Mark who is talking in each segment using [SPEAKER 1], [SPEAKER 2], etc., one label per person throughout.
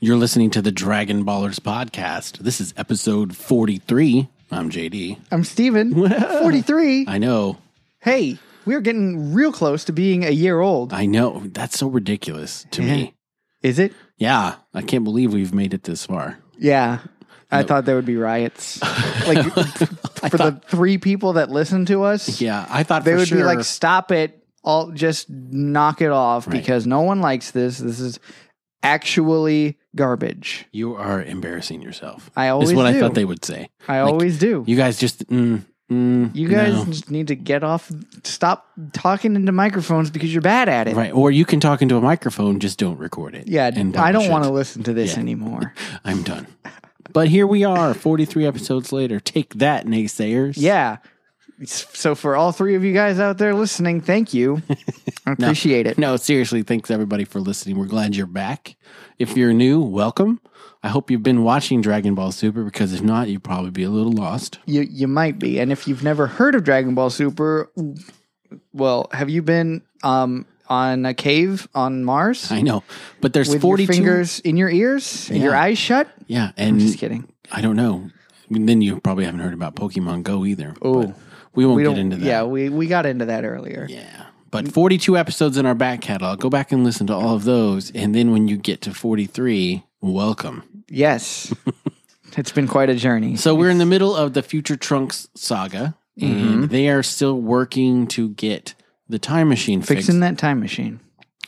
[SPEAKER 1] You're listening to the Dragon Ballers podcast. This is episode 43. I'm JD.
[SPEAKER 2] I'm Steven, 43.
[SPEAKER 1] I know.
[SPEAKER 2] Hey, we're getting real close to being a year old.
[SPEAKER 1] I know. That's so ridiculous to me.
[SPEAKER 2] Is it?
[SPEAKER 1] Yeah. I can't believe we've made it this far.
[SPEAKER 2] Yeah. I thought there would be riots. Like for the three people that listen to us,
[SPEAKER 1] Yeah. I thought
[SPEAKER 2] they
[SPEAKER 1] for
[SPEAKER 2] would
[SPEAKER 1] sure.
[SPEAKER 2] be like, "Stop it! All just knock it off because no one likes this. This is actually garbage."
[SPEAKER 1] you are embarrassing yourself.
[SPEAKER 2] I
[SPEAKER 1] Is
[SPEAKER 2] always
[SPEAKER 1] what
[SPEAKER 2] do.
[SPEAKER 1] I thought they would say.
[SPEAKER 2] I
[SPEAKER 1] like,
[SPEAKER 2] always do.
[SPEAKER 1] You guys just, mm, mm,
[SPEAKER 2] You guys
[SPEAKER 1] no.
[SPEAKER 2] just need to get off. Stop talking into microphones because you're bad at it.
[SPEAKER 1] Right. Or you can talk into a microphone, just don't record it.
[SPEAKER 2] Yeah,
[SPEAKER 1] And
[SPEAKER 2] I don't
[SPEAKER 1] publish
[SPEAKER 2] want
[SPEAKER 1] it.
[SPEAKER 2] to listen to this
[SPEAKER 1] Yeah.
[SPEAKER 2] anymore.
[SPEAKER 1] I'm done. But here we are, 43 episodes later. Take that, naysayers.
[SPEAKER 2] Yeah. S- So for all three of you guys out there listening, thank you. I appreciate it.
[SPEAKER 1] No, seriously, thanks everybody for listening. We're glad you're back. If you're new, welcome. I hope you've been watching Dragon Ball Super because if not, you'd probably be a little lost.
[SPEAKER 2] You you might be, and if you've never heard of Dragon Ball Super, well, have you been um on a cave on Mars
[SPEAKER 1] I know. But there's
[SPEAKER 2] with
[SPEAKER 1] 42
[SPEAKER 2] your fingers in your ears and your
[SPEAKER 1] Yeah.
[SPEAKER 2] eyes shut?
[SPEAKER 1] Yeah, and
[SPEAKER 2] Just kidding.
[SPEAKER 1] I don't know. I mean, then you probably haven't heard about Pokemon Go either.
[SPEAKER 2] Oh.
[SPEAKER 1] but we won't
[SPEAKER 2] We
[SPEAKER 1] get
[SPEAKER 2] don't.
[SPEAKER 1] into that.
[SPEAKER 2] Yeah, we we got into that earlier.
[SPEAKER 1] Yeah. But 42 episodes in our back catalog. Go back and listen to all of those and then when you get to 43, welcome.
[SPEAKER 2] Yes, it's been quite a journey.
[SPEAKER 1] So we're in the middle of the Future Trunks saga,
[SPEAKER 2] Mm-hmm.
[SPEAKER 1] and they are still working to get the time machine fixed,
[SPEAKER 2] Fixing that time machine.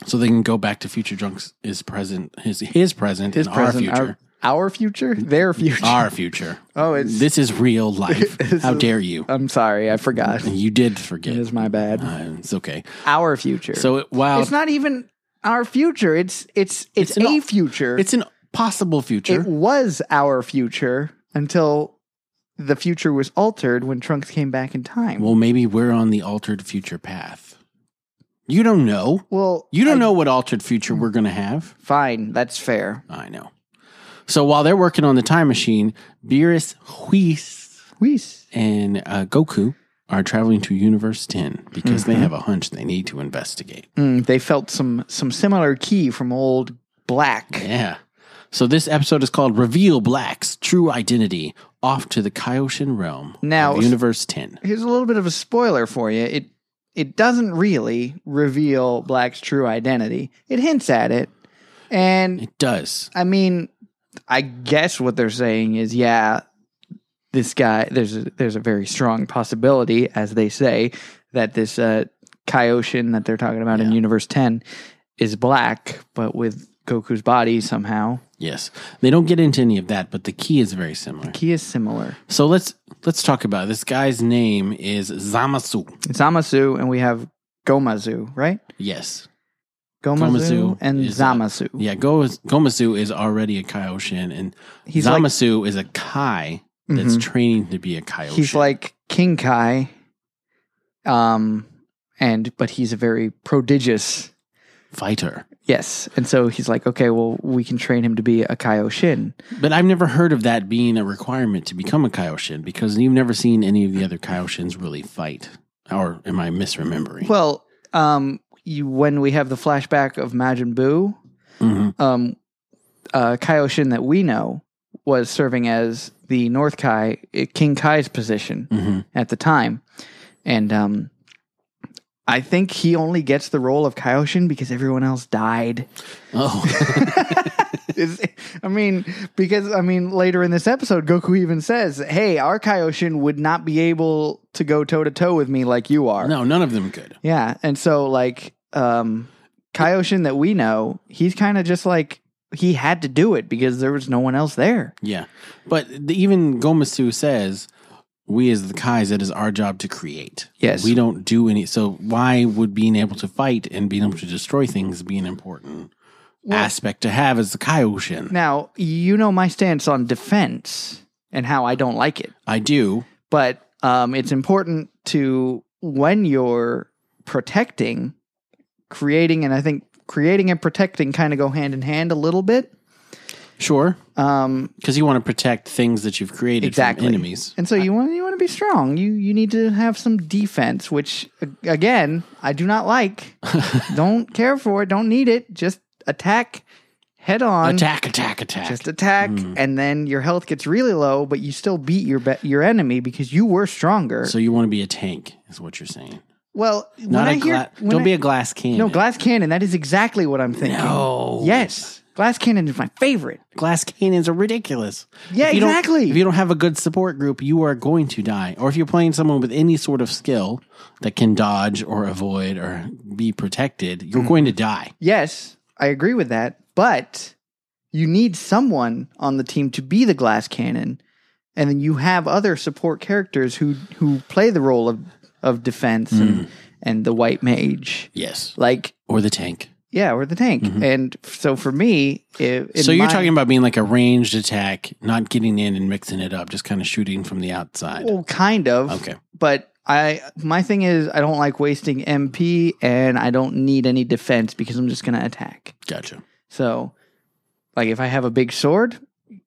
[SPEAKER 1] so they can go back to Future Trunks is present, his his present,
[SPEAKER 2] His
[SPEAKER 1] and
[SPEAKER 2] present,
[SPEAKER 1] our future,
[SPEAKER 2] our, our future, their future.
[SPEAKER 1] our, future.
[SPEAKER 2] oh, it's.
[SPEAKER 1] This is real life.
[SPEAKER 2] This
[SPEAKER 1] How
[SPEAKER 2] is-
[SPEAKER 1] dare you?
[SPEAKER 2] I'm sorry, I forgot. It
[SPEAKER 1] You did forget.
[SPEAKER 2] is my bad.
[SPEAKER 1] Uh, it's okay.
[SPEAKER 2] our future.
[SPEAKER 1] So it, wow,
[SPEAKER 2] it's
[SPEAKER 1] it's,
[SPEAKER 2] not even our future. It's it's it's,
[SPEAKER 1] It's an
[SPEAKER 2] a
[SPEAKER 1] al-
[SPEAKER 2] future.
[SPEAKER 1] an possible future.
[SPEAKER 2] it was our future until the future was altered when Trunks came back in time. Well,
[SPEAKER 1] well, maybe we're on the altered future path. You don't know. You don't
[SPEAKER 2] I- Hmm.
[SPEAKER 1] know what altered future we're going to have.
[SPEAKER 2] Fine, that's fair.
[SPEAKER 1] I know. So while they're working on the time machine, Beerus, Whis,
[SPEAKER 2] Whis.
[SPEAKER 1] and uh, Goku are traveling to Universe 10 because they have a hunch they need to investigate.
[SPEAKER 2] Mm, they felt some some similar key from old Black.
[SPEAKER 1] Yeah. So this episode is called Reveal Black's True Identity Off to the Kaioshin Realm. of
[SPEAKER 2] Now-
[SPEAKER 1] Universe 10.
[SPEAKER 2] Here's a little bit of a spoiler for you. It it doesn't really reveal Black's true identity. It hints at it, and
[SPEAKER 1] It does.
[SPEAKER 2] I mean, I guess what they're saying is, yeah, this guy. There's a, there's a very strong possibility, as they say, that this uh, Kaioshin that they're talking about in
[SPEAKER 1] Yeah.
[SPEAKER 2] Universe Ten is black, but with Goku's body somehow.
[SPEAKER 1] Yes. They don't get into any of that, but the key is very similar.
[SPEAKER 2] He is similar.
[SPEAKER 1] So let's let's talk about it. this guy's name is Zamasu.
[SPEAKER 2] It's Amasu, and we have Gomazu, right?
[SPEAKER 1] Yes.
[SPEAKER 2] Gomazu,
[SPEAKER 1] Gomazu
[SPEAKER 2] and
[SPEAKER 1] is, uh,
[SPEAKER 2] Zamasu.
[SPEAKER 1] Yeah, Go- Gomasu is already a Kaioshin, and
[SPEAKER 2] He's like-
[SPEAKER 1] Zamasu is a Kai that's
[SPEAKER 2] Mhm.
[SPEAKER 1] training to be a Kaioshin.
[SPEAKER 2] he's like King Kai, um, and but he's a very prodigious
[SPEAKER 1] fighter,
[SPEAKER 2] Yes. And so he's like, okay, well, we can train him to be a Kaioshin.
[SPEAKER 1] but I've never heard of that being a requirement to become a Kaioshin because you've never seen any of the other Kaioshins really fight. Or am I misremembering?
[SPEAKER 2] Well, um, you, when we have the flashback of Majin Buu,
[SPEAKER 1] Mhm.
[SPEAKER 2] um, uh, Kaioshin that we know was serving as the North Kai, uh, King Kai's position
[SPEAKER 1] Mhm.
[SPEAKER 2] at the time. And um, I think he only gets the role of Kaioshin because everyone else died.
[SPEAKER 1] Oh,
[SPEAKER 2] Is- I mean, because I mean, later in this episode, Goku even says, "Hey, our Kaioshin would not be able to go toe to toe with me like you are."
[SPEAKER 1] no, none of them could.
[SPEAKER 2] Yeah, and so like, um, Kaioshin that we know, he's kind of just like he had to do it because there was no one else there.
[SPEAKER 1] Yeah, but the, even Gomasu says, "We as the Kais, it is our job to create.
[SPEAKER 2] Yes.
[SPEAKER 1] we don't do any. So why would being able to fight and being able to destroy things be an important aspect to have as the Kaioshin?
[SPEAKER 2] Now you know my stance on defense and how I don't like it,
[SPEAKER 1] I do.
[SPEAKER 2] but um, it's important to when you're protecting, creating, and I think creating and protecting kind of go hand in hand a little bit.
[SPEAKER 1] Sure,
[SPEAKER 2] Um,
[SPEAKER 1] because you want to protect things that you've created
[SPEAKER 2] Exactly.
[SPEAKER 1] from enemies.
[SPEAKER 2] and so you want you want to be strong. You you need to have some defense, which a- again I do not like. don't care for it. Don't need it. Just attack head on.
[SPEAKER 1] Attack, Hmm. attack, attack.
[SPEAKER 2] Just attack, and then your health gets really low, but you still beat your be- your enemy because you were stronger.
[SPEAKER 1] so you want to be a tank, is what you're saying.
[SPEAKER 2] well,
[SPEAKER 1] Not
[SPEAKER 2] when
[SPEAKER 1] a
[SPEAKER 2] I hear,
[SPEAKER 1] gla-
[SPEAKER 2] when
[SPEAKER 1] Don't
[SPEAKER 2] I-
[SPEAKER 1] be a glass cannon.
[SPEAKER 2] no glass cannon. That is exactly what I'm thinking.
[SPEAKER 1] No.
[SPEAKER 2] Yes, glass cannon is my favorite.
[SPEAKER 1] Glass cannons are ridiculous.
[SPEAKER 2] Yeah,
[SPEAKER 1] If you don't-
[SPEAKER 2] exactly.
[SPEAKER 1] If you don't have a good support group, you are going to die. Or if you're playing someone with any sort of skill that can dodge or avoid or be protected, you're
[SPEAKER 2] Mm-hmm.
[SPEAKER 1] going to die.
[SPEAKER 2] Yes, I agree with that, but you need someone on the team to be the glass cannon, and then you have other support characters who who play the role of of defense
[SPEAKER 1] Mm.
[SPEAKER 2] and, and the white mage,
[SPEAKER 1] Yes.
[SPEAKER 2] like
[SPEAKER 1] Or the tank.
[SPEAKER 2] yeah, or the tank. And f- so for me, if, in
[SPEAKER 1] Mm-hmm. so you're
[SPEAKER 2] my-
[SPEAKER 1] talking about being like a ranged attack, not getting in and mixing it up, just kind of shooting from the outside.
[SPEAKER 2] well, kind of
[SPEAKER 1] Okay.
[SPEAKER 2] but I my thing is I don't like wasting MP, and I don't need any defense because I'm just gonna attack.
[SPEAKER 1] Gotcha.
[SPEAKER 2] So, like, if I have a big sword,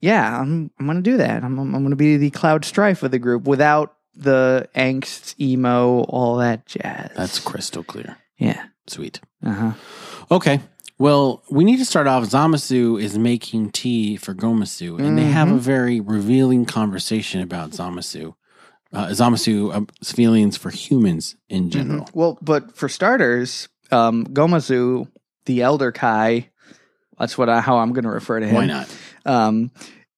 [SPEAKER 2] yeah, I'm I'm gonna do that. I'm I'm, I'm gonna be the cloud strife of the group without the angst, emo, all that jazz.
[SPEAKER 1] That's crystal clear.
[SPEAKER 2] yeah.
[SPEAKER 1] Sweet.
[SPEAKER 2] Uh huh.
[SPEAKER 1] Okay. Well, we need to start off. Zamasu is making tea for Gomasu, and they have a
[SPEAKER 2] Mm-hmm.
[SPEAKER 1] very revealing conversation about Zamasu. Uh, Zamasu's feelings for humans
[SPEAKER 2] Mm-hmm.
[SPEAKER 1] in general.
[SPEAKER 2] Well, but for starters, um, Gomazu, the elder Kai, that's what I, how I'm gonna refer to him.
[SPEAKER 1] Why not?
[SPEAKER 2] um,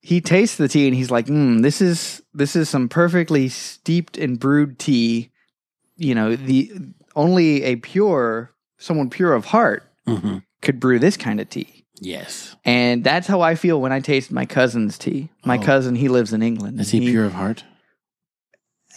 [SPEAKER 2] he tastes the tea and he's like, mm, "This is this is some perfectly steeped and brewed tea. You know, the only a pure someone pure of heart
[SPEAKER 1] hmm
[SPEAKER 2] could brew this kind of tea."
[SPEAKER 1] Yes.
[SPEAKER 2] And that's how I feel when I taste my cousin's tea. My
[SPEAKER 1] Oh.
[SPEAKER 2] cousin, he lives in England.
[SPEAKER 1] Is he, pure of heart?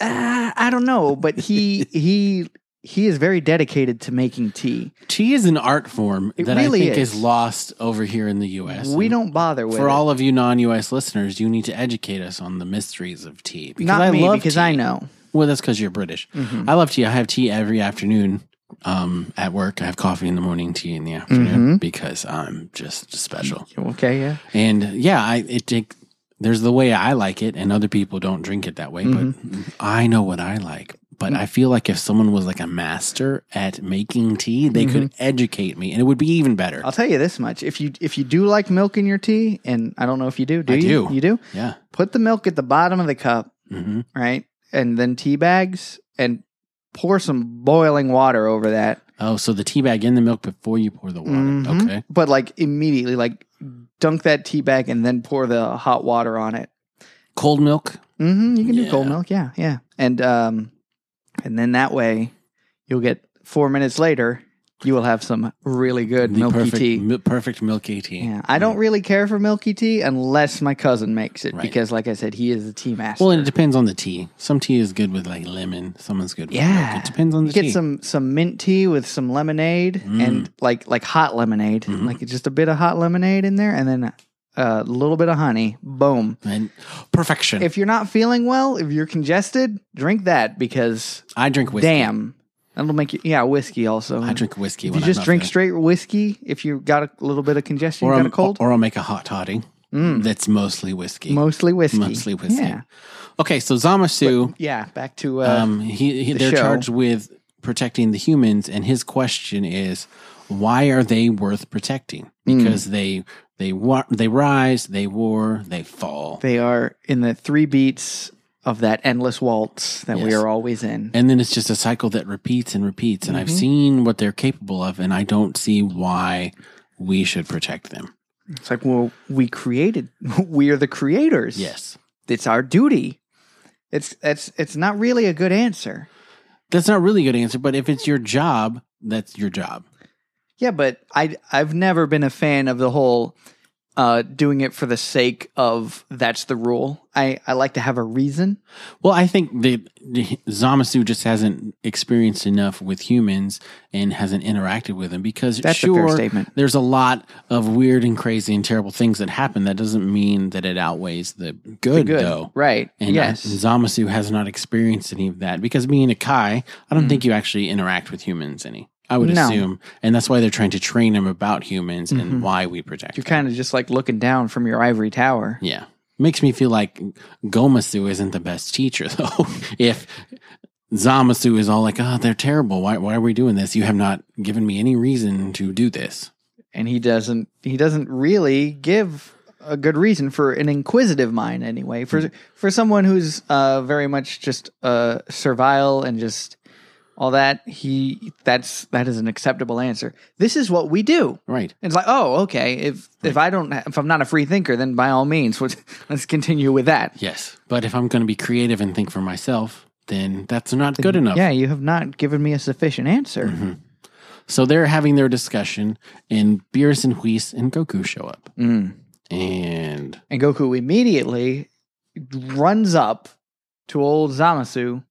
[SPEAKER 2] Uh, I don't know, but he he he is very dedicated to making tea.
[SPEAKER 1] Tea is an art form
[SPEAKER 2] It
[SPEAKER 1] that
[SPEAKER 2] really
[SPEAKER 1] I think is.
[SPEAKER 2] is.
[SPEAKER 1] lost over here in the U.S.
[SPEAKER 2] we
[SPEAKER 1] And
[SPEAKER 2] don't bother with
[SPEAKER 1] For
[SPEAKER 2] it.
[SPEAKER 1] all of you non-U.S. listeners, you need to educate us on the mysteries of tea. Because
[SPEAKER 2] Not
[SPEAKER 1] I
[SPEAKER 2] me,
[SPEAKER 1] love
[SPEAKER 2] because
[SPEAKER 1] tea.
[SPEAKER 2] I know.
[SPEAKER 1] Well, that's because you're British.
[SPEAKER 2] Mm-hmm.
[SPEAKER 1] I love tea. I have tea every afternoon um, at work. I have coffee in the morning, tea in the afternoon
[SPEAKER 2] Mm-hmm.
[SPEAKER 1] because I'm just special.
[SPEAKER 2] Okay, yeah.
[SPEAKER 1] And yeah, I it take, there's the way I like it, and other people don't drink it that way.
[SPEAKER 2] Mm-hmm.
[SPEAKER 1] But I know what I like. But
[SPEAKER 2] Mm.
[SPEAKER 1] I feel like if someone was like a master at making tea, they could
[SPEAKER 2] Mm-hmm.
[SPEAKER 1] educate me, and it would be even better.
[SPEAKER 2] I'll tell you this much: if you if you do like milk in your tea, and I don't know if you do, do
[SPEAKER 1] I
[SPEAKER 2] you?
[SPEAKER 1] do.
[SPEAKER 2] You do.
[SPEAKER 1] yeah.
[SPEAKER 2] Put the milk at the bottom of the cup,
[SPEAKER 1] hmm
[SPEAKER 2] right, and then tea bags, and pour some boiling water over that.
[SPEAKER 1] Oh, so the tea bag in the milk before you pour the water.
[SPEAKER 2] Mhm.
[SPEAKER 1] Okay.
[SPEAKER 2] But like immediately, like dunk that tea bag and then pour the hot water on it.
[SPEAKER 1] Cold milk.
[SPEAKER 2] hmm You can do cold
[SPEAKER 1] Yeah.
[SPEAKER 2] milk, yeah, yeah, and um, and then that way, you'll get four minutes later, you will have some really good
[SPEAKER 1] The
[SPEAKER 2] milky
[SPEAKER 1] perfect,
[SPEAKER 2] tea.
[SPEAKER 1] mi- perfect milky tea.
[SPEAKER 2] Yeah, I don't really care for milky tea unless my cousin makes it
[SPEAKER 1] Right.
[SPEAKER 2] because, like I said, he is the tea master.
[SPEAKER 1] Well, and it depends on the tea. Some tea is good with like lemon. Someone's good with
[SPEAKER 2] Yeah.
[SPEAKER 1] milk. It depends on the
[SPEAKER 2] you get
[SPEAKER 1] tea. Mm.
[SPEAKER 2] some some mint tea with some lemonade and like like hot lemonade,
[SPEAKER 1] Mm-hmm.
[SPEAKER 2] like just a bit of hot lemonade in there, and then uh, a little bit of honey. Boom.
[SPEAKER 1] and perfection.
[SPEAKER 2] If you're not feeling well, if you're congested, drink that because
[SPEAKER 1] I drink whiskey.
[SPEAKER 2] damn, that'll make you. Yeah, whiskey also.
[SPEAKER 1] I drink whiskey
[SPEAKER 2] If
[SPEAKER 1] when
[SPEAKER 2] you
[SPEAKER 1] I'm
[SPEAKER 2] just
[SPEAKER 1] not
[SPEAKER 2] drink
[SPEAKER 1] feeling-
[SPEAKER 2] straight whiskey, if you got a little bit of congestion,
[SPEAKER 1] or
[SPEAKER 2] you got
[SPEAKER 1] I'm-
[SPEAKER 2] a cold, Mm.
[SPEAKER 1] Or I'll make a hot toddy that's mostly whiskey.
[SPEAKER 2] mostly whiskey.
[SPEAKER 1] Mostly whiskey.
[SPEAKER 2] Yeah,
[SPEAKER 1] okay, so Zamasu,
[SPEAKER 2] yeah. Back to uh,
[SPEAKER 1] um, he, he they're
[SPEAKER 2] show.
[SPEAKER 1] charged with protecting the humans, and his question is, why are they worth protecting?
[SPEAKER 2] Mm.
[SPEAKER 1] Because they they wa- they rise, they war, they fall.
[SPEAKER 2] They are in the three beats of that endless waltz that we
[SPEAKER 1] Yes.
[SPEAKER 2] are always in.
[SPEAKER 1] And then it's just a cycle that repeats and repeats. And I've
[SPEAKER 2] Mm-hmm.
[SPEAKER 1] seen what they're capable of, and I don't see why we should protect them.
[SPEAKER 2] It's like, well, we created, we are the creators.
[SPEAKER 1] Yes.
[SPEAKER 2] It's our duty. It's, it's, it's not really a good answer.
[SPEAKER 1] That's not really a good answer, but if it's your job, that's your job.
[SPEAKER 2] Yeah, but I, I've never been a fan of the whole uh, doing it for the sake of that's the rule. I, I like to have a reason.
[SPEAKER 1] Well, I think that Zamasu just hasn't experienced enough with humans and hasn't interacted with them because
[SPEAKER 2] That's a
[SPEAKER 1] sure,
[SPEAKER 2] fair statement.
[SPEAKER 1] there's a lot of weird and crazy and terrible things that happen. That doesn't mean that it outweighs the good,
[SPEAKER 2] Good.
[SPEAKER 1] though.
[SPEAKER 2] Right.
[SPEAKER 1] And
[SPEAKER 2] yes.
[SPEAKER 1] uh, Zamasu has not experienced any of that because being a Kai, I don't think you actually interact with humans any. I would
[SPEAKER 2] Mm. No. Mm-hmm.
[SPEAKER 1] assume. And that's why they're trying to train him about humans and why we protect
[SPEAKER 2] You're
[SPEAKER 1] them.
[SPEAKER 2] kind of just like looking down from your ivory tower.
[SPEAKER 1] Yeah. Makes me feel like Gomasu isn't the best teacher, though. if Zamasu "Ah, is all like, oh, they're terrible. Why, why are we doing this? You have not given me any reason to do this.
[SPEAKER 2] and he doesn't he doesn't really give a good reason for an inquisitive mind anyway for for someone who's uh very much just uh servile and just all that he that's that is an acceptable answer this is what we do
[SPEAKER 1] Right.
[SPEAKER 2] it's like oh okay if if i don't if i'm not a free thinker then by all means let's, let's continue with that
[SPEAKER 1] Yes. But if I'm going to be creative and think for myself, then that's not good enough.
[SPEAKER 2] yeah you have not given me a sufficient answer
[SPEAKER 1] So they're having their discussion, and Beerus and Whis and Goku show up.
[SPEAKER 2] Mm.
[SPEAKER 1] And
[SPEAKER 2] And Goku immediately runs up to old Zamasu.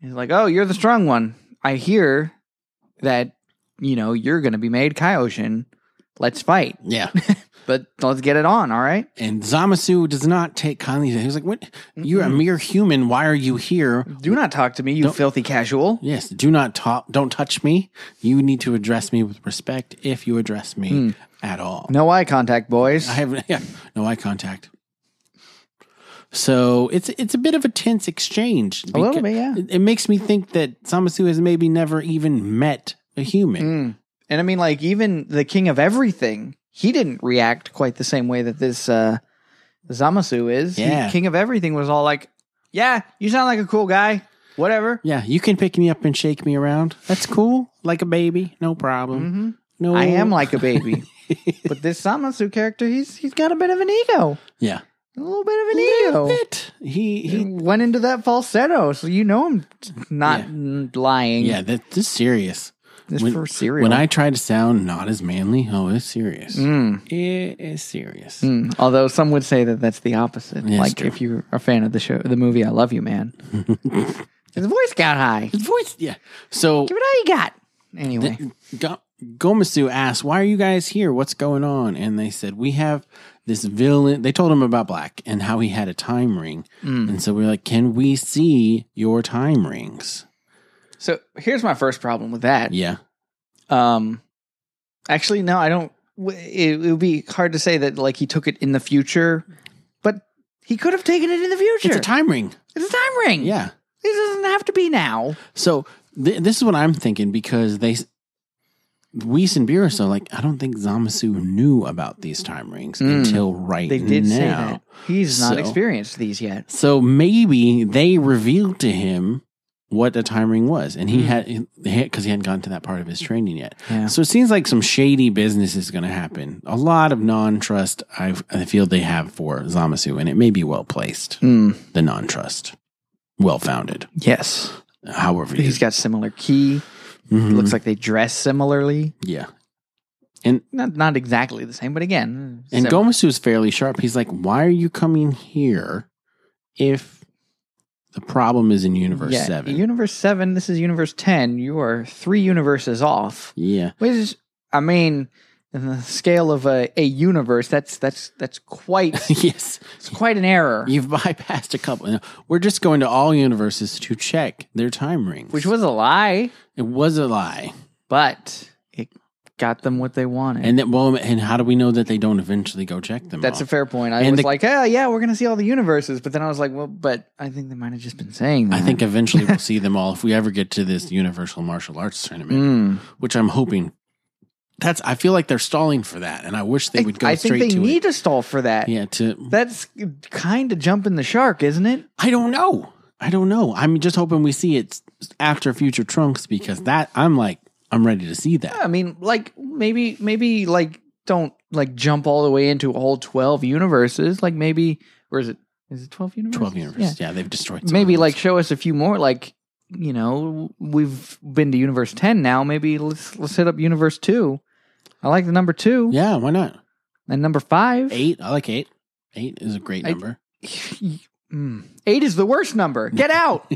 [SPEAKER 2] He's like, Oh, you're the strong one. I hear that, you know, you're going to be made Kaioshin. Let's fight,
[SPEAKER 1] yeah,
[SPEAKER 2] but let's get it on, all right?
[SPEAKER 1] and Zamasu does not take kindly. to- He's like, "What? You're a mere human. Why are you here?
[SPEAKER 2] Do not talk to me, you filthy casual.
[SPEAKER 1] Yes, do not talk. Don't touch me. You need to address me with respect if you address me
[SPEAKER 2] Hmm.
[SPEAKER 1] at all.
[SPEAKER 2] No eye contact, boys.
[SPEAKER 1] I have yeah, no eye contact. So it's it's a bit of a tense exchange.
[SPEAKER 2] A little
[SPEAKER 1] beca-
[SPEAKER 2] bit, yeah.
[SPEAKER 1] It, it makes me think that Zamasu has maybe never even met a human.
[SPEAKER 2] Mm. And I mean, like, even the king of everything, he didn't react quite the same way that this uh, Zamasu is. He-
[SPEAKER 1] Yeah.
[SPEAKER 2] king of everything was all like, Yeah, you sound like a cool guy. Whatever.
[SPEAKER 1] Yeah, you can pick me up and shake me around. That's cool, like a baby, no problem. No,
[SPEAKER 2] Mm-hmm. I am like a baby. but this Samasu character, he's he's got a bit of an ego.
[SPEAKER 1] yeah,
[SPEAKER 2] A little bit of an ego.
[SPEAKER 1] Bit. He
[SPEAKER 2] He
[SPEAKER 1] he.
[SPEAKER 2] went into that falsetto, so you know him not n- lying.
[SPEAKER 1] Yeah, that, this is serious.
[SPEAKER 2] This
[SPEAKER 1] when-
[SPEAKER 2] for serial.
[SPEAKER 1] When I try to sound not as manly, oh, it's serious.
[SPEAKER 2] Mm,
[SPEAKER 1] It is serious.
[SPEAKER 2] mm. Although some would say that that's the opposite.
[SPEAKER 1] Yeah, it's
[SPEAKER 2] like
[SPEAKER 1] true.
[SPEAKER 2] if you're a fan of the show, the movie "I Love You, Man," his voice got high.
[SPEAKER 1] His voice, yeah. So
[SPEAKER 2] Give it all you got. Anyway,
[SPEAKER 1] Go- Gomasu asked, "Why are you guys here? What's going on?" And they said, "We have this villain." They told him about Black and how he had a time ring,
[SPEAKER 2] Hmm.
[SPEAKER 1] and so we are like, "Can we see your time rings?"
[SPEAKER 2] so here's my first problem with that.
[SPEAKER 1] Yeah,
[SPEAKER 2] Um, actually, no, I don't. w- It, it would be hard to say that like he took it in the future, but he could have taken it in the future.
[SPEAKER 1] it's a time ring.
[SPEAKER 2] It's a time ring.
[SPEAKER 1] Yeah.
[SPEAKER 2] it doesn't have to be now.
[SPEAKER 1] So th- this is what I'm thinking because they, Whis and Beerus are like, I don't think Zamasu knew about these time rings until right
[SPEAKER 2] Hmm. They did
[SPEAKER 1] now.
[SPEAKER 2] say that he's not
[SPEAKER 1] So-
[SPEAKER 2] experienced these yet.
[SPEAKER 1] So maybe they revealed to him what a time ring was, and he had because he hadn't gotten to that part of his training yet.
[SPEAKER 2] Hmm. Yeah.
[SPEAKER 1] So it seems like some shady business is going to happen. A lot of non-trust I I feel they have for Zamasu, and it may be well placed.
[SPEAKER 2] Hmm.
[SPEAKER 1] The non-trust, well founded.
[SPEAKER 2] Yes,
[SPEAKER 1] However, you-
[SPEAKER 2] he's got similar key.
[SPEAKER 1] Mhm.
[SPEAKER 2] Looks like they dress similarly.
[SPEAKER 1] yeah.
[SPEAKER 2] Not not exactly the same, but again,
[SPEAKER 1] And
[SPEAKER 2] similar.
[SPEAKER 1] Gomasu is fairly sharp. He's like, "Why are you coming here if the problem is in Universe
[SPEAKER 2] Yeah,
[SPEAKER 1] Seven?
[SPEAKER 2] Universe seven. This is universe ten. You are three universes off.
[SPEAKER 1] yeah,
[SPEAKER 2] Which is, I mean, in the scale of a, a universe, that's that's that's quite
[SPEAKER 1] yes."
[SPEAKER 2] it's quite an error.
[SPEAKER 1] You've bypassed a couple. No, We're just going to all universes to check their time rings.
[SPEAKER 2] Which was a lie,
[SPEAKER 1] it was a lie.
[SPEAKER 2] but it got them what they wanted.
[SPEAKER 1] And then, well, and how do we know that they don't eventually go check them?
[SPEAKER 2] that's
[SPEAKER 1] all?
[SPEAKER 2] a fair point. I
[SPEAKER 1] And
[SPEAKER 2] was
[SPEAKER 1] the-
[SPEAKER 2] like, oh yeah, we're gonna see all the universes, but then I was like, well, but I think they might have just been saying that.
[SPEAKER 1] I think eventually we'll see them all if we ever get to this universal martial arts tournament,
[SPEAKER 2] Mm.
[SPEAKER 1] which I'm hoping. That's. I feel like they're stalling for that, and I wish they would go
[SPEAKER 2] I think
[SPEAKER 1] straight
[SPEAKER 2] they
[SPEAKER 1] to
[SPEAKER 2] need to stall for that.
[SPEAKER 1] it. Yeah. To
[SPEAKER 2] That's kind of jumping the shark, isn't it?
[SPEAKER 1] I don't know. I don't know. I'm just hoping we see it after future trunks
[SPEAKER 2] Mm-hmm.
[SPEAKER 1] because that I'm like I'm ready to see that.
[SPEAKER 2] I mean, like maybe maybe like don't like jump all the way into all twelve universes. Like maybe or is it is it twelve universes?
[SPEAKER 1] Twelve
[SPEAKER 2] Yeah.
[SPEAKER 1] universes. Yeah, they've destroyed. some
[SPEAKER 2] Maybe
[SPEAKER 1] of
[SPEAKER 2] like
[SPEAKER 1] those.
[SPEAKER 2] show us a few more. Like you know we've been to universe ten now. Maybe let's let's hit up universe two. I like the number two
[SPEAKER 1] Yeah. Why not?
[SPEAKER 2] and number five.
[SPEAKER 1] Eight. I like eight. Eight is a great
[SPEAKER 2] I-
[SPEAKER 1] number.
[SPEAKER 2] Mm. Eight is the worst number. Get out.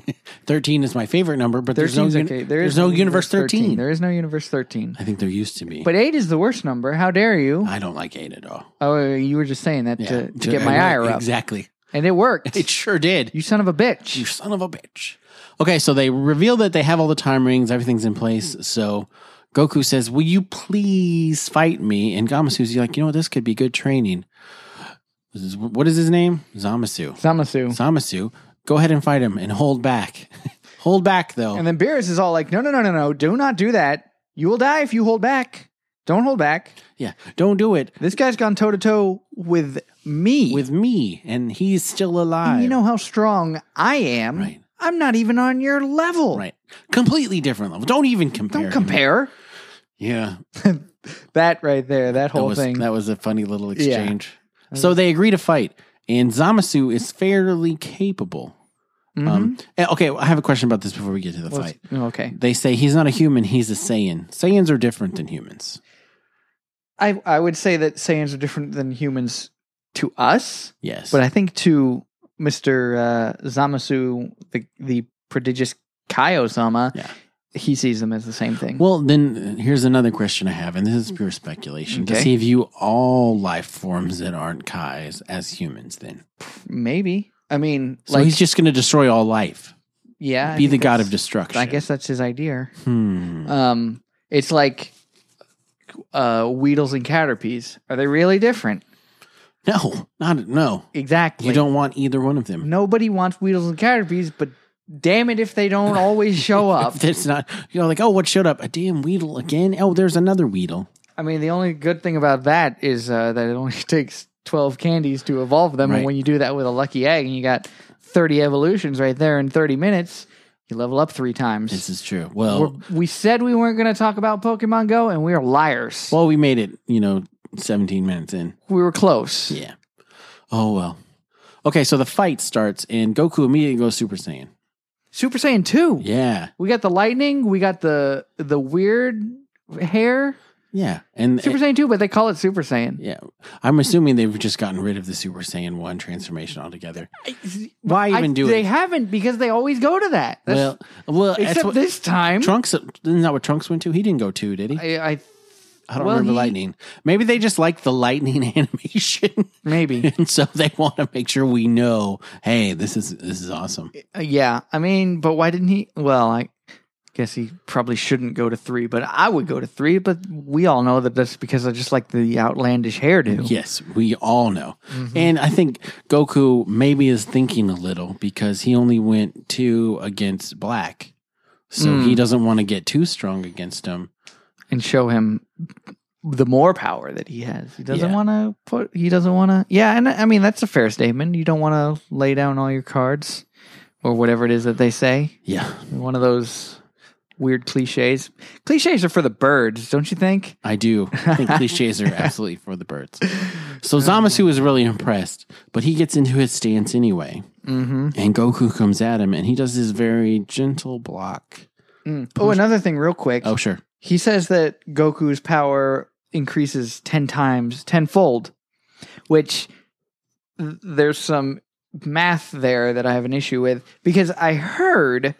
[SPEAKER 1] Thirteen is my favorite number, but there's no
[SPEAKER 2] 13's
[SPEAKER 1] uni-
[SPEAKER 2] okay. There
[SPEAKER 1] there's
[SPEAKER 2] is
[SPEAKER 1] no universe thirteen.
[SPEAKER 2] There is no universe thirteen.
[SPEAKER 1] I think there used to be,
[SPEAKER 2] But eight is the worst number. How dare you?
[SPEAKER 1] I don't like eight at all.
[SPEAKER 2] Oh, you were just saying that
[SPEAKER 1] Yeah,
[SPEAKER 2] to, to
[SPEAKER 1] To-
[SPEAKER 2] get
[SPEAKER 1] I
[SPEAKER 2] my
[SPEAKER 1] know-
[SPEAKER 2] ire up.
[SPEAKER 1] Exactly.
[SPEAKER 2] And it worked.
[SPEAKER 1] It sure did.
[SPEAKER 2] You son of a
[SPEAKER 1] You
[SPEAKER 2] bitch.
[SPEAKER 1] son of a bitch. Okay, so they reveal that they have all the time rings. Everything's in place. So Goku says, "Will you please fight me?" And Gamasu's like, "You know what? This could be good training." This is- What is his name? Zamasu.
[SPEAKER 2] Zamasu.
[SPEAKER 1] Zamasu. Go ahead and fight him and hold back. hold back though.
[SPEAKER 2] And then Beerus is all like, no, no, no, no, no. Do not do that. You will die if you hold back. Don't hold back.
[SPEAKER 1] Yeah, don't do it
[SPEAKER 2] This guy's gone toe to toe with me.
[SPEAKER 1] with me, and he's still alive.
[SPEAKER 2] and you know how strong I am.
[SPEAKER 1] Right.
[SPEAKER 2] I'm not even on your level.
[SPEAKER 1] right? Completely different level. Don't even compare.
[SPEAKER 2] Don't
[SPEAKER 1] him.
[SPEAKER 2] compare
[SPEAKER 1] Yeah,
[SPEAKER 2] that right there. That
[SPEAKER 1] that
[SPEAKER 2] whole
[SPEAKER 1] was
[SPEAKER 2] thing.
[SPEAKER 1] that was a funny little exchange. So they agree to fight, and Zamasu is fairly capable.
[SPEAKER 2] Mhm.
[SPEAKER 1] Um, eh, okay, I have a question about this before we get to the
[SPEAKER 2] Well,
[SPEAKER 1] fight.
[SPEAKER 2] it's- Okay.
[SPEAKER 1] They say he's not a human; he's a Saiyan. Saiyans are different than humans.
[SPEAKER 2] I I would say that Saiyans are different than humans to us,
[SPEAKER 1] Yes,
[SPEAKER 2] but I think to Mister uh, Zamasu, the the prodigious Kaio Sama,
[SPEAKER 1] Yeah.
[SPEAKER 2] he sees them as the same thing.
[SPEAKER 1] Well, then uh, here's another question I have, and this is pure speculation. Does
[SPEAKER 2] Okay.
[SPEAKER 1] he view all life forms that aren't Kai's as humans then?
[SPEAKER 2] Maybe. I mean,
[SPEAKER 1] So
[SPEAKER 2] like,
[SPEAKER 1] he's just going to destroy all life,
[SPEAKER 2] yeah, I
[SPEAKER 1] be the
[SPEAKER 2] think
[SPEAKER 1] god
[SPEAKER 2] that's-
[SPEAKER 1] of destruction.
[SPEAKER 2] I guess that's his idea.
[SPEAKER 1] Hmm.
[SPEAKER 2] Um, it's like uh, Weedles and Caterpies. Are they really different?
[SPEAKER 1] No, not no.
[SPEAKER 2] Exactly.
[SPEAKER 1] You don't want either one of them.
[SPEAKER 2] Nobody wants Weedles and Caterpies, but damn it if they don't always show up.
[SPEAKER 1] It's not. You're like, oh, what showed up? A damn Weedle again? Oh, there's another Weedle.
[SPEAKER 2] I mean, the only good thing about that is uh, that it only takes 12 candies to evolve them.
[SPEAKER 1] Right.
[SPEAKER 2] And when you do that with a lucky egg and you got 30 evolutions right there in 30 minutes, you level up three times.
[SPEAKER 1] This is true. Well,
[SPEAKER 2] We're, we said we weren't going to talk about Pokemon Go, and we are liars.
[SPEAKER 1] well, we made it. You know, 17 minutes in.
[SPEAKER 2] we were close.
[SPEAKER 1] Yeah. Oh well. Okay, so the fight starts, and Goku immediately goes Super Saiyan.
[SPEAKER 2] Super Saiyan 2.
[SPEAKER 1] Yeah,
[SPEAKER 2] We got the lightning. We got the the weird hair.
[SPEAKER 1] yeah, and
[SPEAKER 2] Super Saiyan 2, but they call it Super Saiyan.
[SPEAKER 1] Yeah, I'm assuming they've just gotten rid of the Super Saiyan One transformation altogether. Why
[SPEAKER 2] I-
[SPEAKER 1] even do
[SPEAKER 2] they
[SPEAKER 1] it?
[SPEAKER 2] haven't because they always go to that. That's,
[SPEAKER 1] Well, well, that's
[SPEAKER 2] except
[SPEAKER 1] what
[SPEAKER 2] this time.
[SPEAKER 1] Trunks. Isn't that what Trunks went to? He didn't go to, did he? I,
[SPEAKER 2] I, I
[SPEAKER 1] don't
[SPEAKER 2] well,
[SPEAKER 1] remember
[SPEAKER 2] he-
[SPEAKER 1] Lightning. Maybe they just like the Lightning animation,
[SPEAKER 2] maybe.
[SPEAKER 1] and so they want to make sure we know. Hey, this is this is awesome.
[SPEAKER 2] Uh, yeah, I mean, but why didn't he? Well, I guess he probably shouldn't go to three, but I would go to three. But we all know that that's because I just like the outlandish hairdo.
[SPEAKER 1] Yes, we all know,
[SPEAKER 2] Mm-hmm.
[SPEAKER 1] and I think Goku maybe is thinking a little because he only went two against Black, so
[SPEAKER 2] Mm.
[SPEAKER 1] he doesn't want to get too strong against him.
[SPEAKER 2] and show him the more power that he has. He doesn't
[SPEAKER 1] Yeah.
[SPEAKER 2] want to put. He doesn't want to. Yeah, and I mean that's a fair statement. You don't want to lay down all your cards or whatever it is that they say.
[SPEAKER 1] Yeah,
[SPEAKER 2] One of those weird cliches. Cliches are for the birds, don't you think?
[SPEAKER 1] I do. I think cliches are absolutely for the birds. So Zamasu is really impressed, but he gets into his stance anyway.
[SPEAKER 2] Mm-hmm.
[SPEAKER 1] And Goku comes at him and he does his very gentle block.
[SPEAKER 2] Oh, another thing, real quick.
[SPEAKER 1] Oh, sure.
[SPEAKER 2] He says that Goku's power increases 10 times, tenfold, which th- there's some math there that I have an issue with because I heard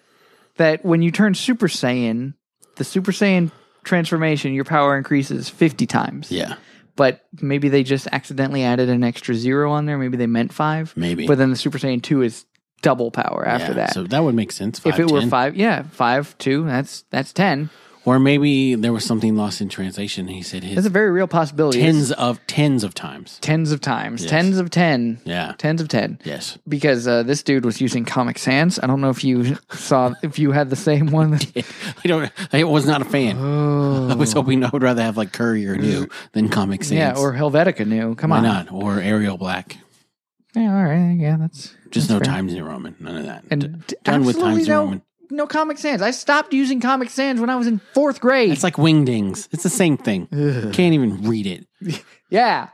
[SPEAKER 2] that when you turn Super Saiyan, the Super Saiyan transformation, your power increases 50 times.
[SPEAKER 1] Yeah,
[SPEAKER 2] But maybe they just accidentally added an extra zero on there. Maybe they meant five.
[SPEAKER 1] maybe.
[SPEAKER 2] But then the Super Saiyan 2 is double power after
[SPEAKER 1] Yeah,
[SPEAKER 2] that.
[SPEAKER 1] So that would make sense.
[SPEAKER 2] if it were
[SPEAKER 1] 5'10".
[SPEAKER 2] five, yeah, five, two, that's that's 10.
[SPEAKER 1] Or maybe there was something lost in translation and he said
[SPEAKER 2] That's
[SPEAKER 1] his
[SPEAKER 2] a very real possibility. It's
[SPEAKER 1] tens of tens of times.
[SPEAKER 2] tens of times, tens of ten,
[SPEAKER 1] Yeah.
[SPEAKER 2] tens of ten.
[SPEAKER 1] Yes.
[SPEAKER 2] Because uh, this dude was using Comic Sans. I don't know if you saw if you had the same one.
[SPEAKER 1] I don't I was not a fan. I
[SPEAKER 2] oh,
[SPEAKER 1] was hoping I would rather have like Courier New than Comic Sans.
[SPEAKER 2] yeah, or Helvetica new. Come
[SPEAKER 1] why
[SPEAKER 2] on,
[SPEAKER 1] not? Or Ariel Black.
[SPEAKER 2] yeah, all right, yeah, that's
[SPEAKER 1] Just
[SPEAKER 2] that's
[SPEAKER 1] no
[SPEAKER 2] fair.
[SPEAKER 1] Times New Roman. None of that. D-
[SPEAKER 2] And d-
[SPEAKER 1] done with
[SPEAKER 2] absolutely
[SPEAKER 1] Times New
[SPEAKER 2] no,
[SPEAKER 1] Roman.
[SPEAKER 2] no Comic Sans. I stopped using Comic Sans when I was in fourth grade.
[SPEAKER 1] It's like wingdings. It's the same thing. Can't even read it.
[SPEAKER 2] yeah,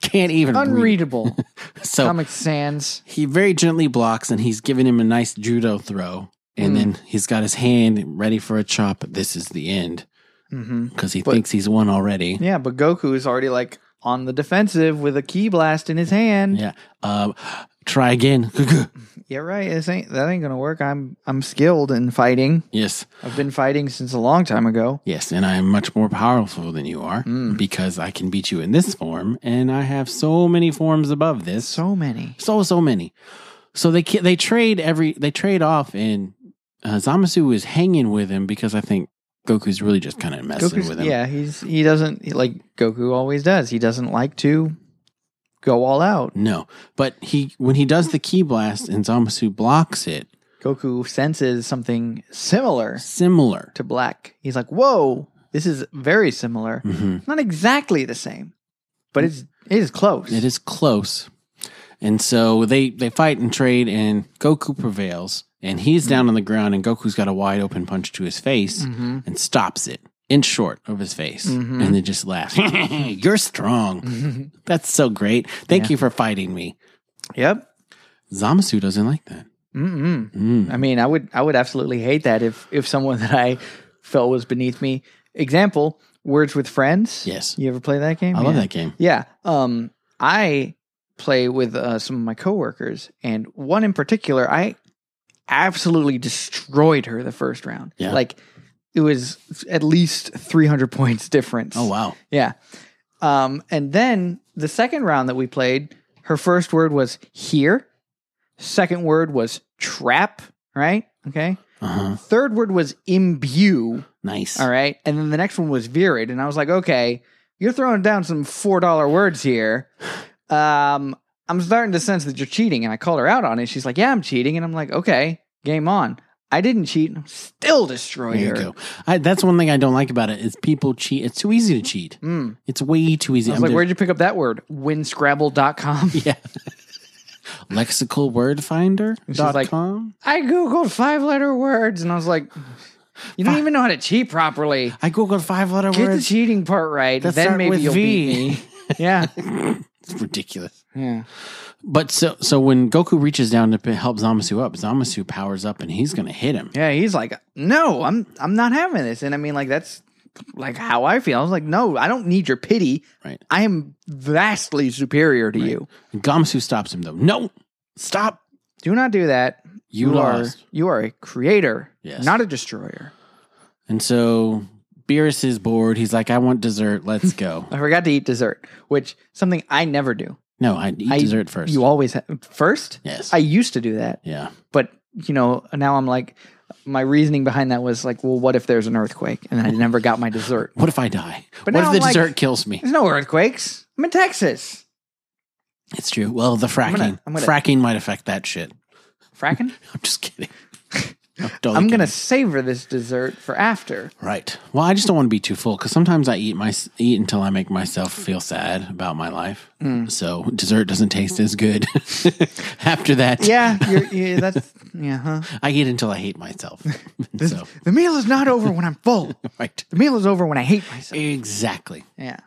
[SPEAKER 1] Can't even read
[SPEAKER 2] unreadable
[SPEAKER 1] it. So
[SPEAKER 2] Comic Sans.
[SPEAKER 1] he very gently blocks and he's giving him a nice judo throw.
[SPEAKER 2] Hmm.
[SPEAKER 1] And then he's got his hand ready for a chop. This is the end
[SPEAKER 2] Mm-hmm.
[SPEAKER 1] because he thinks he's won already.
[SPEAKER 2] Yeah, but Goku is already like on the defensive with a key blast in his hand.
[SPEAKER 1] Yeah. Um, try again.
[SPEAKER 2] Yeah, right. This ain't that ain't gonna work. I'm I'm skilled in fighting.
[SPEAKER 1] yes.
[SPEAKER 2] I've been fighting since a long time ago.
[SPEAKER 1] Yes. And I am much more powerful than you are
[SPEAKER 2] Mm.
[SPEAKER 1] because I can beat you in this form. And I have so many forms above this.
[SPEAKER 2] So many.
[SPEAKER 1] so so many. So they ca- they trade every they trade off, and uh, Zamasu is hanging with him because I think Goku's really just kind of messing
[SPEAKER 2] Goku's,
[SPEAKER 1] with him.
[SPEAKER 2] yeah, he's he doesn't like Goku always does. He doesn't like to go all out.
[SPEAKER 1] No, but he when he does the key blast and Zamasu blocks it,
[SPEAKER 2] Goku senses something similar
[SPEAKER 1] similar.
[SPEAKER 2] to Black. He's like, "Whoa, This is very similar.
[SPEAKER 1] Mhm.
[SPEAKER 2] Not exactly the same, but it's it is close.
[SPEAKER 1] It is close. And so they they fight and trade, and Goku prevails, and he's
[SPEAKER 2] Hmm.
[SPEAKER 1] down on the ground, and Goku's got a wide open punch to his face
[SPEAKER 2] Mhm.
[SPEAKER 1] and stops it in short of his face,
[SPEAKER 2] Mhm.
[SPEAKER 1] and then just laughs. You're
[SPEAKER 2] Hmm.
[SPEAKER 1] strong. That's so great. Thank you for fighting me.
[SPEAKER 2] Yep.
[SPEAKER 1] Zamasu doesn't like that.
[SPEAKER 2] Mm-mm.
[SPEAKER 1] Mm.
[SPEAKER 2] I mean, I would I would absolutely hate that if if someone that I felt was beneath me. Example: Words with Friends.
[SPEAKER 1] Yes,
[SPEAKER 2] You ever play that game?
[SPEAKER 1] I love
[SPEAKER 2] Yeah.
[SPEAKER 1] that game.
[SPEAKER 2] Yeah. Um, I play with uh, some of my coworkers, and one in particular, I absolutely destroyed her the first round.
[SPEAKER 1] Yeah.
[SPEAKER 2] Like it was at least 300 points difference.
[SPEAKER 1] Oh wow.
[SPEAKER 2] Yeah. Um, and then the second round that we played, her first word was here. Second word was trap, right? Okay.
[SPEAKER 1] Uh huh.
[SPEAKER 2] Third word was imbue.
[SPEAKER 1] Nice.
[SPEAKER 2] All right. And then the next one was virid. And I was like, okay, you're throwing down some $4 words here. Um, I'm starting to sense that you're cheating. And I called her out on it. She's like, yeah, I'm cheating. And I'm like, okay, game on. I didn't cheat. I'm still destroying
[SPEAKER 1] There you
[SPEAKER 2] her.
[SPEAKER 1] go. I, that's one thing I don't like about it is people cheat. It's too easy to cheat.
[SPEAKER 2] Mm.
[SPEAKER 1] It's way too easy.
[SPEAKER 2] I was
[SPEAKER 1] I'm
[SPEAKER 2] like,
[SPEAKER 1] the-
[SPEAKER 2] where'd you pick up that word? Winscrabble.com.
[SPEAKER 1] Yeah. Lexical word finder dot
[SPEAKER 2] like-
[SPEAKER 1] com.
[SPEAKER 2] I Googled five letter words. And I was like, you don't even know how to cheat properly.
[SPEAKER 1] I googled five letter
[SPEAKER 2] Get the
[SPEAKER 1] words.
[SPEAKER 2] cheating part right.
[SPEAKER 1] That
[SPEAKER 2] Then
[SPEAKER 1] start
[SPEAKER 2] maybe
[SPEAKER 1] with
[SPEAKER 2] you'll beat
[SPEAKER 1] V.
[SPEAKER 2] me. Yeah.
[SPEAKER 1] It's ridiculous.
[SPEAKER 2] yeah.
[SPEAKER 1] But so so when Goku reaches down to p- help Zamasu up, Zamasu powers up and he's gonna hit him.
[SPEAKER 2] Yeah, he's like, no, I'm I'm not having this, and I mean, like that's like how I feel. I was like, no, I don't need your pity.
[SPEAKER 1] Right.
[SPEAKER 2] I am vastly superior to you.
[SPEAKER 1] Gamasu stops him though. No, stop.
[SPEAKER 2] Do not do that.
[SPEAKER 1] You,
[SPEAKER 2] are
[SPEAKER 1] lost.
[SPEAKER 2] you are a creator,
[SPEAKER 1] Yes.
[SPEAKER 2] not a destroyer.
[SPEAKER 1] And so Beerus is bored. He's like, I want dessert. Let's go.
[SPEAKER 2] I forgot to eat dessert, which something I never do.
[SPEAKER 1] no, I eat
[SPEAKER 2] I-
[SPEAKER 1] dessert first.
[SPEAKER 2] You always ha- first.
[SPEAKER 1] yes.
[SPEAKER 2] I used to do that,
[SPEAKER 1] yeah.
[SPEAKER 2] but you know now I'm like, my reasoning behind that was like, well, what if there's an earthquake and I never got my dessert?
[SPEAKER 1] What if I die?
[SPEAKER 2] But
[SPEAKER 1] what
[SPEAKER 2] now
[SPEAKER 1] if the
[SPEAKER 2] I'm like-
[SPEAKER 1] dessert kills me?
[SPEAKER 2] There's no earthquakes. I'm in Texas.
[SPEAKER 1] It's true. Well, the fracking
[SPEAKER 2] gonna- I'm gonna-
[SPEAKER 1] fracking might affect that shit.
[SPEAKER 2] Fracking.
[SPEAKER 1] I'm just kidding. I'm, totally
[SPEAKER 2] I'm gonna
[SPEAKER 1] kidding.
[SPEAKER 2] savor this dessert for after.
[SPEAKER 1] right. Well, I just don't want to be too full because sometimes I eat my eat until I make myself feel sad about my life.
[SPEAKER 2] Mm.
[SPEAKER 1] So dessert doesn't taste as good after that.
[SPEAKER 2] Yeah, you're, yeah that's yeah. Huh?
[SPEAKER 1] I eat until I hate myself.
[SPEAKER 2] This-
[SPEAKER 1] so
[SPEAKER 2] The meal is not over when I'm full.
[SPEAKER 1] right,
[SPEAKER 2] The meal is over when I hate myself.
[SPEAKER 1] exactly.
[SPEAKER 2] Yeah,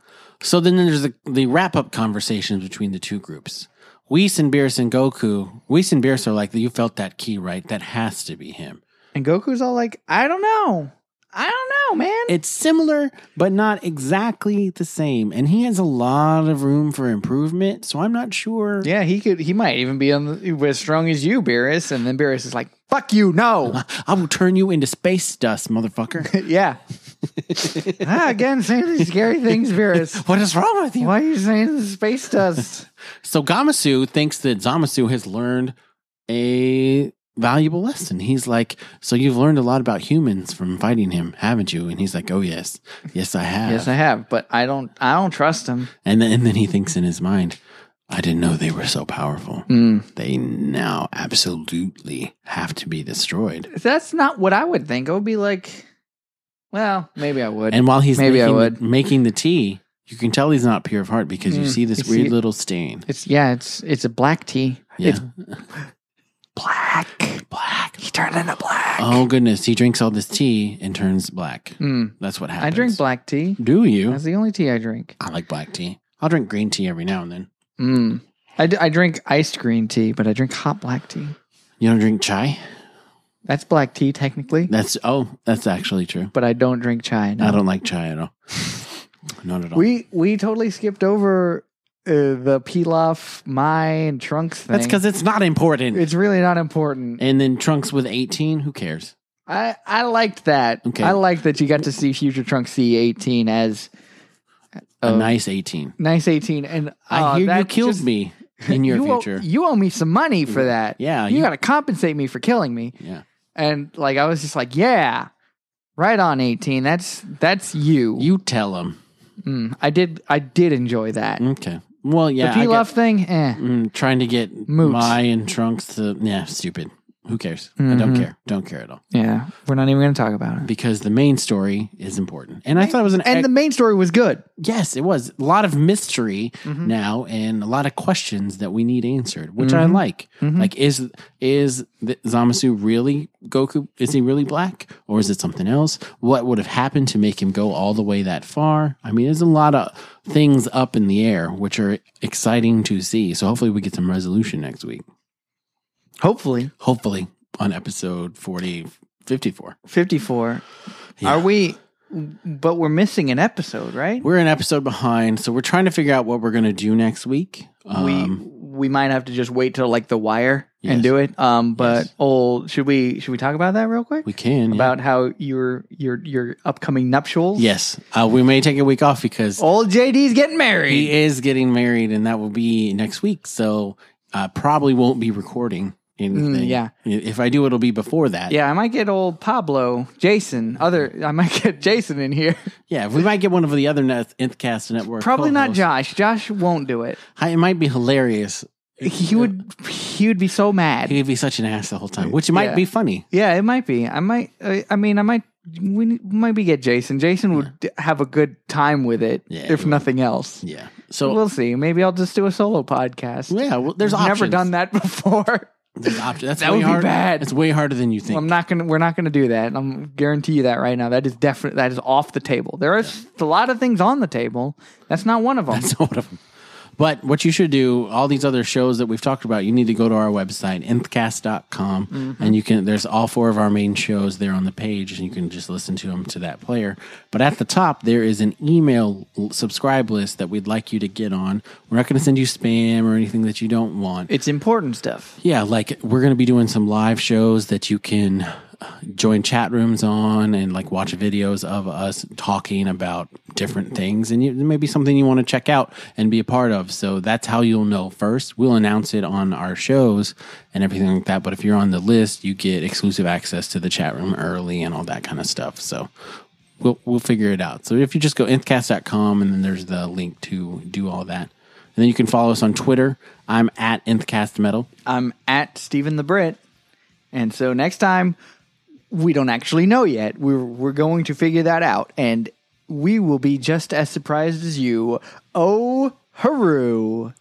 [SPEAKER 1] So then there's the, the wrap up conversations between the two groups. Whis and Beerus and Goku. Whis and Beerus are like, "You felt that key, right? That has to be him."
[SPEAKER 2] and Goku's all like, I don't know, I don't know, man.
[SPEAKER 1] It's similar, but not exactly the same. And he has a lot of room for improvement. So I'm not sure.
[SPEAKER 2] yeah, he could. He might even be on the, as strong as you, Beerus. And then Beerus is like, "Fuck you, no."
[SPEAKER 1] I will turn you into space dust, motherfucker.
[SPEAKER 2] yeah. ah, again, saying these scary things, Beerus.
[SPEAKER 1] what is wrong with you?
[SPEAKER 2] Why are you saying this space dust?
[SPEAKER 1] So Gamasu thinks that Zamasu has learned a valuable lesson. He's like, So you've learned a lot about humans from fighting him, haven't you? And he's like, Oh, yes. Yes, I have.
[SPEAKER 2] yes, I have, but I don't. I don't trust him.
[SPEAKER 1] and, then, and then he thinks in his mind, I didn't know they were so powerful.
[SPEAKER 2] Mm.
[SPEAKER 1] They now absolutely have to be destroyed.
[SPEAKER 2] That's not what I would think. I would be like, well, maybe I would.
[SPEAKER 1] And while he's
[SPEAKER 2] Maybe I
[SPEAKER 1] making,
[SPEAKER 2] would.
[SPEAKER 1] The, making the tea, you can tell he's not pure of heart because you
[SPEAKER 2] Mm,
[SPEAKER 1] see this
[SPEAKER 2] you
[SPEAKER 1] weird
[SPEAKER 2] see-
[SPEAKER 1] little stain.
[SPEAKER 2] it's yeah, it's it's a black tea.
[SPEAKER 1] Yeah.
[SPEAKER 2] It's black.
[SPEAKER 1] black.
[SPEAKER 2] He turned into black.
[SPEAKER 1] Oh goodness, he drinks all this tea and turns black.
[SPEAKER 2] Mm.
[SPEAKER 1] That's what
[SPEAKER 2] I
[SPEAKER 1] happens.
[SPEAKER 2] drink black tea.
[SPEAKER 1] Do you?
[SPEAKER 2] That's the only tea I drink.
[SPEAKER 1] I like black tea. I'll drink green tea every now and then.
[SPEAKER 2] Mm. I, d- I drink iced green tea, but I drink hot black tea.
[SPEAKER 1] You don't drink chai?
[SPEAKER 2] That's black tea technically,
[SPEAKER 1] That's oh, that's actually true.
[SPEAKER 2] but I don't drink chai. no.
[SPEAKER 1] I don't like chai at all. Not at all.
[SPEAKER 2] We we totally skipped over uh, the pilaf, my and trunks thing.
[SPEAKER 1] that's because it's not important.
[SPEAKER 2] it's really not important.
[SPEAKER 1] and then trunks with eighteen. Who cares?
[SPEAKER 2] I I liked that.
[SPEAKER 1] Okay.
[SPEAKER 2] I liked that you got to see Future Trunk C18 as
[SPEAKER 1] A
[SPEAKER 2] Oh.
[SPEAKER 1] nice eighteen.
[SPEAKER 2] nice 18, and uh,
[SPEAKER 1] I hear you
[SPEAKER 2] that
[SPEAKER 1] killed
[SPEAKER 2] just-
[SPEAKER 1] me in your
[SPEAKER 2] you owe-
[SPEAKER 1] future.
[SPEAKER 2] you owe me some money for that.
[SPEAKER 1] yeah,
[SPEAKER 2] you,
[SPEAKER 1] you-
[SPEAKER 2] got to compensate me for killing me.
[SPEAKER 1] yeah.
[SPEAKER 2] And like I was just like, yeah, right on 18. That's that's you.
[SPEAKER 1] You tell him.
[SPEAKER 2] Mm, I did I did enjoy that.
[SPEAKER 1] Okay. Well, yeah. I
[SPEAKER 2] the
[SPEAKER 1] get-
[SPEAKER 2] pilaf thing, eh?
[SPEAKER 1] Mm, trying to get
[SPEAKER 2] Moot.
[SPEAKER 1] my and Trunks to yeah, stupid. Who cares? I don't
[SPEAKER 2] Mhm.
[SPEAKER 1] care. Don't care at all.
[SPEAKER 2] Yeah, we're not even going to talk about her.
[SPEAKER 1] Because the main story is important. And I thought it was an e-
[SPEAKER 2] And the main story was good.
[SPEAKER 1] Yes, it was. A lot of mystery
[SPEAKER 2] Mhm.
[SPEAKER 1] now and a lot of questions that we need answered, which I
[SPEAKER 2] Mhm.
[SPEAKER 1] like.
[SPEAKER 2] Mhm.
[SPEAKER 1] Like is is the, Zamasu really Goku is he really black or is it something else? What would have happened to make him go all the way that far? I mean, there's a lot of things up in the air which are exciting to see. So hopefully we get some resolution next week.
[SPEAKER 2] Hopefully,
[SPEAKER 1] Hopefully on episode 40 54.
[SPEAKER 2] 54.
[SPEAKER 1] Yeah.
[SPEAKER 2] Are we? But we're missing an episode, right?
[SPEAKER 1] We're an episode behind, so we're trying to figure out what we're going to do next week. Um,
[SPEAKER 2] we we might have to just wait till like the wire and
[SPEAKER 1] Yes.
[SPEAKER 2] do it. Um, but
[SPEAKER 1] Yes.
[SPEAKER 2] oh, should we should we talk about that real quick?
[SPEAKER 1] we can yeah.
[SPEAKER 2] About how your your your upcoming nuptials?
[SPEAKER 1] Yes, uh, we may take a week off because
[SPEAKER 2] Old JD's getting married.
[SPEAKER 1] he is getting married, and that will be next week. So uh, probably won't be recording anything.
[SPEAKER 2] Mm, yeah.
[SPEAKER 1] if I do, it'll be before that.
[SPEAKER 2] Yeah, I might get old Pablo, Jason, other. I might get Jason in here.
[SPEAKER 1] yeah. We might get one of the other net, Inthcast network.
[SPEAKER 2] Probably not
[SPEAKER 1] co-hosts.
[SPEAKER 2] Josh. Josh won't do it.
[SPEAKER 1] Hi, It might be hilarious.
[SPEAKER 2] He would. He would be so mad.
[SPEAKER 1] He'd be such an ass the whole time, which might
[SPEAKER 2] Yeah.
[SPEAKER 1] be funny.
[SPEAKER 2] Yeah, it might be. I might. I, I mean, I might. We need- maybe get Jason. Jason would d- have a good time with it,
[SPEAKER 1] Yeah,
[SPEAKER 2] if
[SPEAKER 1] he would.
[SPEAKER 2] nothing else.
[SPEAKER 1] Yeah. So
[SPEAKER 2] We'll see. Maybe I'll just do a solo podcast.
[SPEAKER 1] yeah, well, there's
[SPEAKER 2] I've
[SPEAKER 1] options.
[SPEAKER 2] never done that before.
[SPEAKER 1] There's options. That's
[SPEAKER 2] That
[SPEAKER 1] way
[SPEAKER 2] would be
[SPEAKER 1] hard-
[SPEAKER 2] bad.
[SPEAKER 1] It's way harder than you think.
[SPEAKER 2] I'm not gonna. We're not gonna do that. I'm guarantee you that right now. That is definitely. That is off the table. There are s- a lot of things on the table. That's not one of them.
[SPEAKER 1] That's one of them. But what you should do, all these other shows that we've talked about, you need to go to our website, nthcast.com,
[SPEAKER 2] Mm-hmm.
[SPEAKER 1] and you can, there's all four of our main shows there on the page, and you can just listen to them to that player. But at the top, there is an email l- subscribe list that we'd like you to get on. We're not going to send you spam or anything that you don't want.
[SPEAKER 2] It's important stuff.
[SPEAKER 1] Yeah, like we're going to be doing some live shows that you can uh, join chat rooms on and like watch videos of us talking about different things and you, it may be something you want to check out and be a part of. So that's how you'll know first. We'll announce it on our shows and everything like that, but if you're on the list, you get exclusive access to the chat room early and all that kind of stuff. So we'll we'll figure it out. So if you just go nthcast.com and then there's the link to do all that. And then you can follow us on Twitter. I'm at nthcast metal.
[SPEAKER 2] I'm at Stephen the Brit. And so next time, we don't actually know yet. We're, we're going to figure that out. And we will be just as surprised as you. Oh, hooroo.